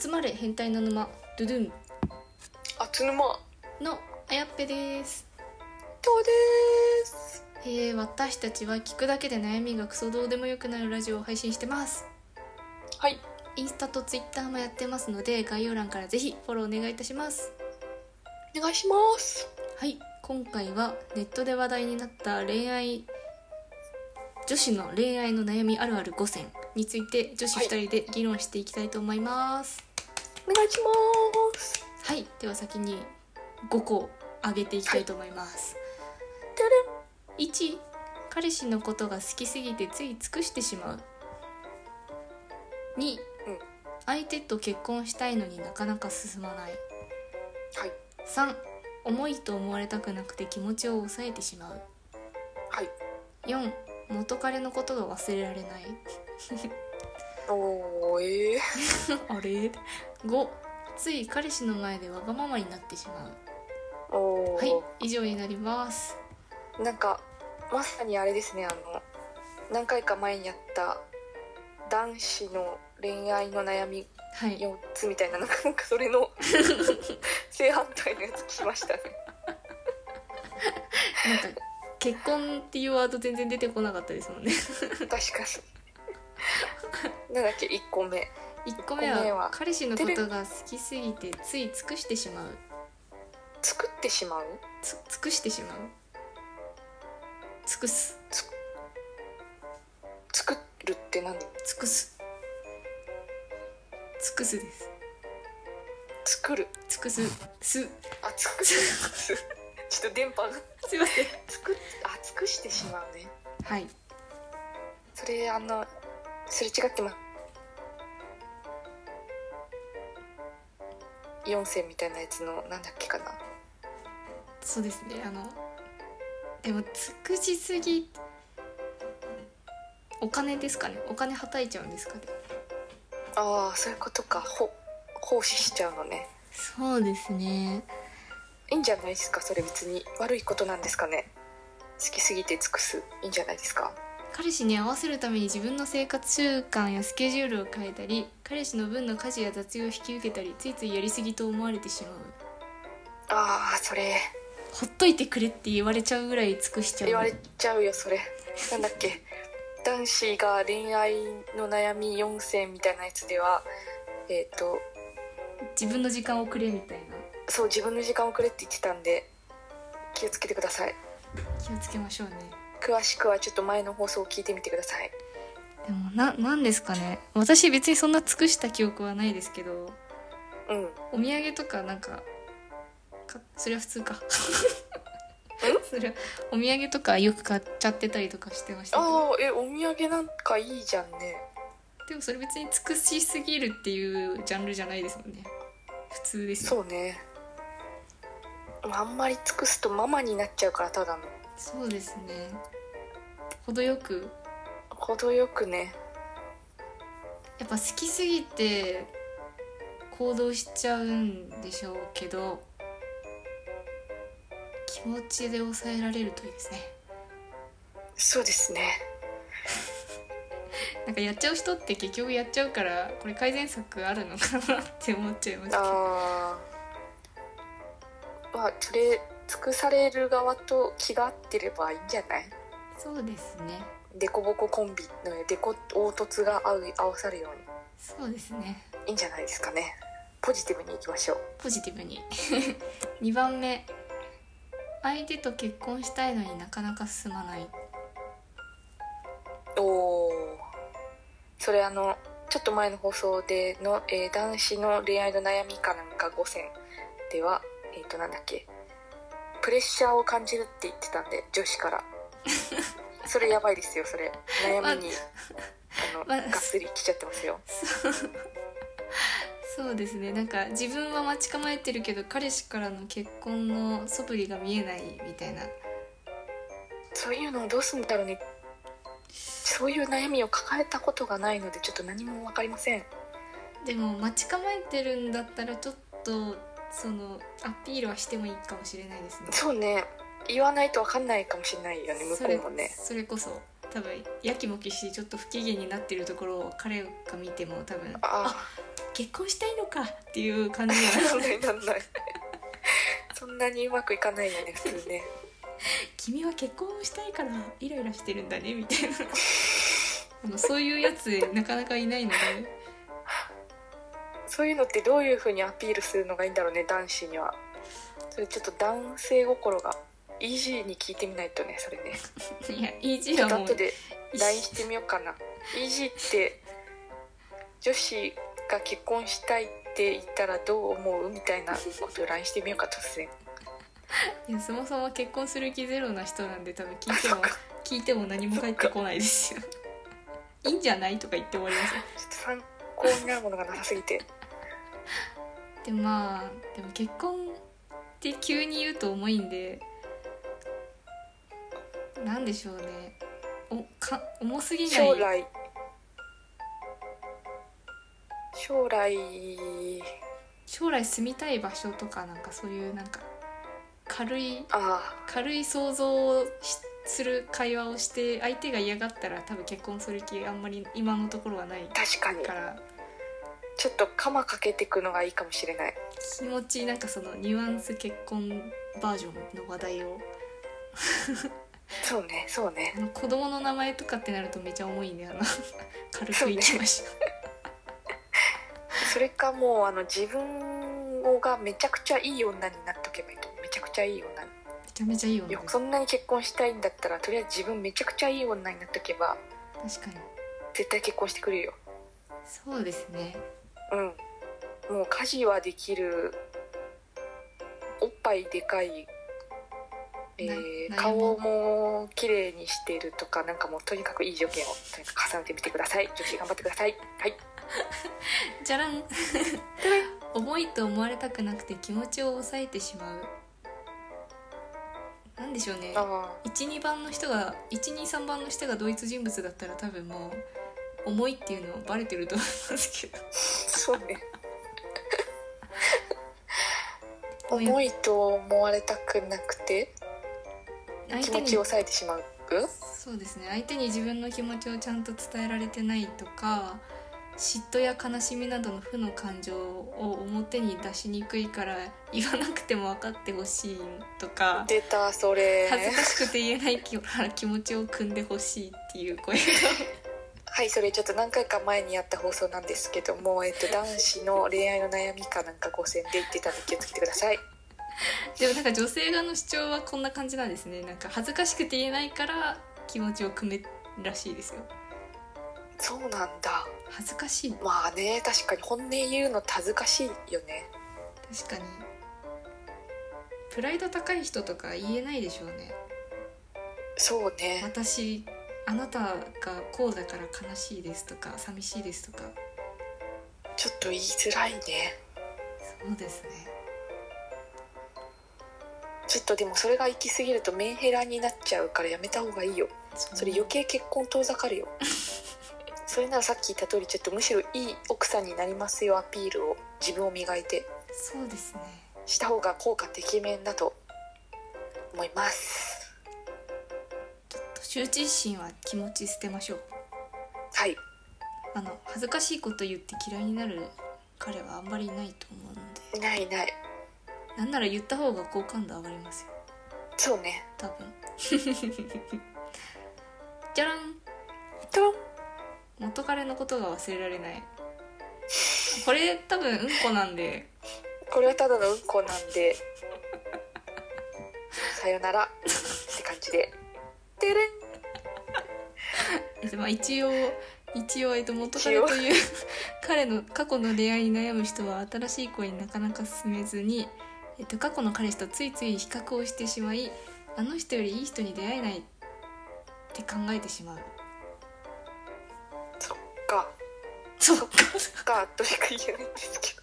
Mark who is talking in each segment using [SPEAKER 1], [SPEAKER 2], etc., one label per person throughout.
[SPEAKER 1] 集まれ変態の沼ドゥドゥン
[SPEAKER 2] あつぬま
[SPEAKER 1] のあやっぺです、
[SPEAKER 2] とうです
[SPEAKER 1] えー、私たちは聞くだけで悩みがクソどうでもよくなるラジオを配信してます
[SPEAKER 2] はい
[SPEAKER 1] インスタとツイッターもやってますので概要欄からぜひフォローお願いいたします
[SPEAKER 2] お願いします
[SPEAKER 1] はい今回はネットで話題になった恋愛女子の恋愛の悩みあるある5選について女子2人で議論していきたいと思います
[SPEAKER 2] お願いします
[SPEAKER 1] はい、では先に5個上げていきたいと思います、
[SPEAKER 2] て
[SPEAKER 1] 1彼氏のことが好きすぎてつい尽くしてしまう2、
[SPEAKER 2] うん
[SPEAKER 1] 相手と結婚したいのになかなか進まない
[SPEAKER 2] はい
[SPEAKER 1] 3重いと思われたくなくて気持ちを抑えてしまう
[SPEAKER 2] はい
[SPEAKER 1] 4元彼のことが忘れられない
[SPEAKER 2] おーえー、
[SPEAKER 1] あれ5つい彼氏の前でわがままになってしま
[SPEAKER 2] お
[SPEAKER 1] う
[SPEAKER 2] ー
[SPEAKER 1] はい以上になります
[SPEAKER 2] なんかまさにあれですねあの何回か前にやった男子の恋愛の悩み
[SPEAKER 1] はい
[SPEAKER 2] 4つみたいななんかなんかそれ の正反対のやつ聞きましたね
[SPEAKER 1] なんか結婚っていうワード全然出てこなかったですもん ね
[SPEAKER 2] 確かになんだっけ1個目
[SPEAKER 1] 1個目
[SPEAKER 2] 一個目
[SPEAKER 1] は
[SPEAKER 2] は
[SPEAKER 1] 彼氏のことが好きすぎてつい尽くしてしまう
[SPEAKER 2] 作ってしまう
[SPEAKER 1] つ尽くしてしまう尽くす
[SPEAKER 2] 作るって何
[SPEAKER 1] 尽くす尽くすです
[SPEAKER 2] 作る
[SPEAKER 1] 尽くす す
[SPEAKER 2] あ作る ちょっと電波が
[SPEAKER 1] すいません
[SPEAKER 2] 作っあ尽くしてしまうね
[SPEAKER 1] はい
[SPEAKER 2] それあのすれ違ってま4世みたいなやつのなんだっけかな
[SPEAKER 1] そうですねあのでも尽くしすぎお金ですかねお金はたいちゃうんですかね
[SPEAKER 2] ああそういうことかほ奉仕しちゃうのね
[SPEAKER 1] そうですね
[SPEAKER 2] いいんじゃないですかそれ別に悪いことなんですかね好きすぎて尽くすいいんじゃないですか
[SPEAKER 1] 彼氏に合わせるために自分の生活習慣やスケジュールを変えたり彼氏の分の家事や雑用を引き受けたりついついやりすぎと思われてしまう
[SPEAKER 2] ああそれ
[SPEAKER 1] ほっといてくれって言われちゃうぐらい尽くしちゃう
[SPEAKER 2] 言われちゃうよそれなんだっけ男子が恋愛の悩み4選みたいなやつではえっ、と
[SPEAKER 1] 自分の時間をくれみたい
[SPEAKER 2] そう自分の時間をくれって言ってたんで気をつけてください
[SPEAKER 1] な気をつけましょうね
[SPEAKER 2] 詳しくはちょっと前の放送を聞いてみてください
[SPEAKER 1] でもななんですかね私別にそんな尽くした記憶はないですけど
[SPEAKER 2] うん
[SPEAKER 1] お土産とかなんかかそれは普通かそれはお土産とかよく買っちゃってたりとかしてましたけど
[SPEAKER 2] ああえお土産なんかいいじゃんね
[SPEAKER 1] でもそれ別に尽くしすぎるっていうジャンルじゃないですもんね普通ですよ
[SPEAKER 2] そうねあんまり尽くすとママになっちゃうからただの
[SPEAKER 1] そうですね程よく
[SPEAKER 2] 程よくね
[SPEAKER 1] やっぱ好きすぎて行動しちゃうんでしょうけど気持ちで抑えられるといいですね
[SPEAKER 2] そうですね
[SPEAKER 1] なんかやっちゃう人って結局やっちゃうからこれ改善策あるのかなって思っちゃいますけど
[SPEAKER 2] ああまあそれ尽くされる側と気が合ってればいいんじゃない
[SPEAKER 1] そうですね
[SPEAKER 2] デコボココンビのデコ凹凸が合う合わさるように
[SPEAKER 1] そうですね
[SPEAKER 2] いいんじゃないですかねポジティブにいきましょう
[SPEAKER 1] ポジティブに 2番目相手と結婚したいのになかなか進まない
[SPEAKER 2] おおそれあのちょっと前の放送での、えー男子の恋愛の悩みかなんか5選ではえっ、となんだっけプレッシャーを感じるって言ってたんで女子から それやばいですよそれ悩みにあの、
[SPEAKER 1] まあ
[SPEAKER 2] がっつり来ちゃってますよ
[SPEAKER 1] そうですねなんか自分は待ち構えてるけど彼氏からの結婚の素振りが見えないみたいな
[SPEAKER 2] そういうのをどうすんだろうねそういう悩みを抱えたことがないのでちょっと何も分かりません
[SPEAKER 1] でも待ち構えてるんだったらちょっとそのアピールはしてもいいかもしれないですね
[SPEAKER 2] そうね言わないと分かんないかもしれないよね向
[SPEAKER 1] そ
[SPEAKER 2] こ
[SPEAKER 1] れ
[SPEAKER 2] うもね
[SPEAKER 1] それこそ多分やきもきしてちょっと不機嫌になってるところを彼が見ても多分
[SPEAKER 2] ああ
[SPEAKER 1] 結婚したいのかっていう感じには
[SPEAKER 2] なんないなんないそんなにうまくいかないよね普通ね
[SPEAKER 1] 君は結婚をしたいからイライラしてるんだねみたいな あのそういうやつなかなかいないので
[SPEAKER 2] そういうのってどういうふうにアピールするのがいいんだろうね男子にはそれちょっと男性心がイージーに聞いてみないとねそれね
[SPEAKER 1] いやイージ
[SPEAKER 2] ち
[SPEAKER 1] ー
[SPEAKER 2] ょっと
[SPEAKER 1] はもう
[SPEAKER 2] 後で LINE してみようかなイージーって女子が結婚したいって言ったらどう思うみたいなことを LINE してみようか突然
[SPEAKER 1] いやそもそも結婚する気ゼロな人なんで多分聞 いて も聞いても何も返ってこないですよいいんじゃないとか言って終わりますよ
[SPEAKER 2] ちょっと参考になるものがなさすぎて
[SPEAKER 1] でまあでも結婚って急に言うと重いんでなんでしょうねおか重すぎない
[SPEAKER 2] 将来将来
[SPEAKER 1] 将来住みたい場所とかなんかそういうなんか軽い
[SPEAKER 2] あ
[SPEAKER 1] 軽い想像をしする会話をして相手が嫌がったら多分結婚する気あんまり今のところはない
[SPEAKER 2] あ確かに
[SPEAKER 1] から
[SPEAKER 2] ちょっと鎌かけてくのがいいかもしれない
[SPEAKER 1] 気持ちなんかそのニュアンス結婚バージョンの話題を
[SPEAKER 2] そうねそうね
[SPEAKER 1] あの子供の名前とかってな るとめちゃ重いんであの軽くいきましょ
[SPEAKER 2] それかもうあの自分をがめちゃくちゃいい女になっとけばいいと思うめちゃくちゃいい女に
[SPEAKER 1] うめちゃめちゃいいよ
[SPEAKER 2] い
[SPEAKER 1] ね
[SPEAKER 2] やそんなに結婚したいんだったらとりあえず自分めちゃくちゃいい女になっとけば
[SPEAKER 1] 確かに
[SPEAKER 2] 絶対結婚してくれるよ
[SPEAKER 1] そうですね
[SPEAKER 2] うんもう家事はできるおっぱいでかい、えー
[SPEAKER 1] な悩み
[SPEAKER 2] 顔も綺麗にしてるとかなんかもうとにかくいい条件をとにかく重ねてみてください女子頑張ってくださいはい
[SPEAKER 1] じゃらん 重いと思われたくなくて気持ちを抑えてしまうなんでしょうね
[SPEAKER 2] あ
[SPEAKER 1] 12番の人が123番の人が同一人物だったら多分もう重いっていうのバレてると思いますけど
[SPEAKER 2] あそう ね重いと思われたくなくて
[SPEAKER 1] 相
[SPEAKER 2] 気
[SPEAKER 1] 手
[SPEAKER 2] 持
[SPEAKER 1] に
[SPEAKER 2] ちを抑えてしまう
[SPEAKER 1] そうですね相手に自分の気持ちをちゃんと伝えられてないとか嫉妬や悲しみなどの負の感情を表に出しにくいから言わなくても分かってほしいとか
[SPEAKER 2] 出たそれ
[SPEAKER 1] 恥ずかしくて言えない気 気持ちを汲んでほしいっていう声が
[SPEAKER 2] はい、それちょっと何回か前にやった放送なんですけども、えっと、男子の恋愛の悩みかなんか5000で言ってたんで気をつけてください。
[SPEAKER 1] でもなんか女性側の主張はこんな感じなんですねなんか恥ずかしくて言えないから気持ちを汲めるらしいですよ
[SPEAKER 2] そうなんだ。
[SPEAKER 1] 恥ずかしい
[SPEAKER 2] まあね、確かに本音言うのって恥ずかしいよね。
[SPEAKER 1] 確かにプライド高い人とか言えないでしょうね
[SPEAKER 2] そうね。
[SPEAKER 1] 私あなたがこうだから悲しいですとか寂しいですとか
[SPEAKER 2] ちょっと言いづらいね。
[SPEAKER 1] そうですね
[SPEAKER 2] ちょっとでもそれが行き過ぎるとメンヘラになっちゃうからやめた方がいいよ。それ余計結婚遠ざかるよ。 それならさっき言った通りちょっとむしろいい奥さんになりますよアピールを自分を磨いて
[SPEAKER 1] そうですね
[SPEAKER 2] した方が効果てきめんだと思います。
[SPEAKER 1] 羞恥心は気持ち捨てましょう
[SPEAKER 2] はい、
[SPEAKER 1] あの恥ずかしいこと言って嫌いになる彼はあんまりいないと思うので
[SPEAKER 2] いないいない。
[SPEAKER 1] なんなら言った方が好感度上がりますよ
[SPEAKER 2] そうね。
[SPEAKER 1] 多分 じゃらん
[SPEAKER 2] トン
[SPEAKER 1] 元彼のことが忘れられないこれ多分うんこなんで
[SPEAKER 2] これはただのうんこなんで。さよならって感じで。てれん。
[SPEAKER 1] えっとまあ一応一応、えっと、元彼という 彼の過去の恋愛に悩む人は新しい恋になかなか進めずに、えっと、過去の彼氏とついつい比較をしてしまいあの人よりいい人に出会えないって考えてしまう
[SPEAKER 2] そっか。
[SPEAKER 1] そうか
[SPEAKER 2] そっか、としか言えないんですけど。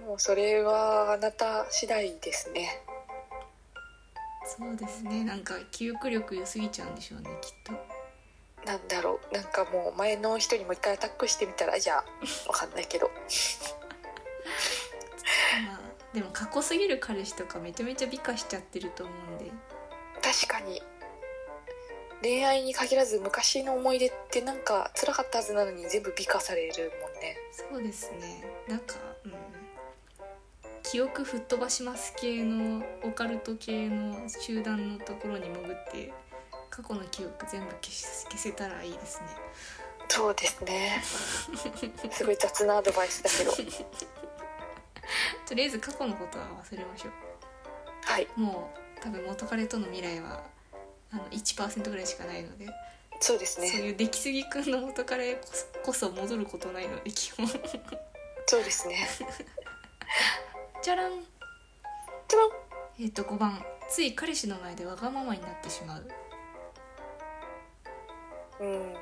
[SPEAKER 2] もうそれはあなた次第ですね。
[SPEAKER 1] そうですねなんか記憶力良すぎちゃうんでしょうねきっと
[SPEAKER 2] なんだろう。なんかもう前の人にもう一回アタックしてみたら、じゃあ、わかんないけど。
[SPEAKER 1] まあでも過去すぎる彼氏とかめちゃめちゃ美化しちゃってると思うんで
[SPEAKER 2] 確かに。恋愛に限らず昔の思い出ってなんか辛かったはずなのに全部美化されるもんね
[SPEAKER 1] そうですねなんか、うん、記憶吹っ飛ばします系のオカルト系の集団のところに潜って過去の記憶全部消し消せたらいいですね
[SPEAKER 2] そうですねすごい雑なアドバイスだけど
[SPEAKER 1] とりあえず過去のことは忘れましょ
[SPEAKER 2] はい、
[SPEAKER 1] うもう多分元彼との未来はあの1%ぐらいしかないので、
[SPEAKER 2] そうです
[SPEAKER 1] そう
[SPEAKER 2] ね。
[SPEAKER 1] いう出来すぎくんの元彼こそこそ戻ることないので基本
[SPEAKER 2] そうですね。
[SPEAKER 1] じゃらん
[SPEAKER 2] つまん
[SPEAKER 1] えっ、と5番つい彼氏の前でわがままになってしまう
[SPEAKER 2] うん。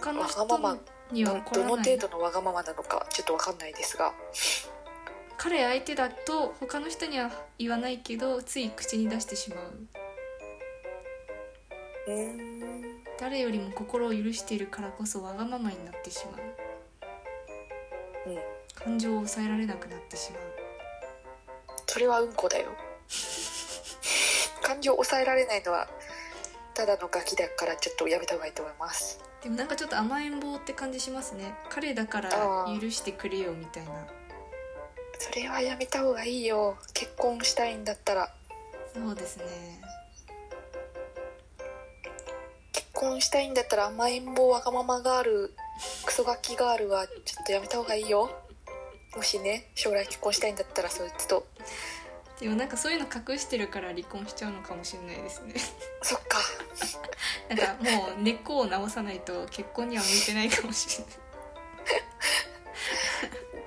[SPEAKER 1] 他の人
[SPEAKER 2] わがまま
[SPEAKER 1] には怒
[SPEAKER 2] ど
[SPEAKER 1] ら
[SPEAKER 2] の
[SPEAKER 1] な
[SPEAKER 2] 程
[SPEAKER 1] い
[SPEAKER 2] 度のわがままなのかちょっとわかんないですが、
[SPEAKER 1] 彼相手だと他の人には言わないけどつい口に出してしまう
[SPEAKER 2] うん。
[SPEAKER 1] 誰よりも心を許しているからこそわがままになってしまう
[SPEAKER 2] うん。
[SPEAKER 1] 感情を抑えられなくなってしまう
[SPEAKER 2] それはうんこだよ。感情を抑えられないのはただのガキだからちょっとやめた方がいいと思います。
[SPEAKER 1] でもなんかちょっと甘えん坊って感じしますね彼だから許してくれよみたいな
[SPEAKER 2] それはやめた方がいいよ。結婚したいんだったら
[SPEAKER 1] そうですね
[SPEAKER 2] 結婚したいんだったら甘えん坊わがままガールクソガキガールはちょっとやめた方がいいよもしね将来結婚したいんだったらそいつと
[SPEAKER 1] でもなんかそういうの隠してるから離婚しちゃうのかもしれないですね
[SPEAKER 2] そっか
[SPEAKER 1] なんかもう根っこを直さないと結婚には向いてないかもしれない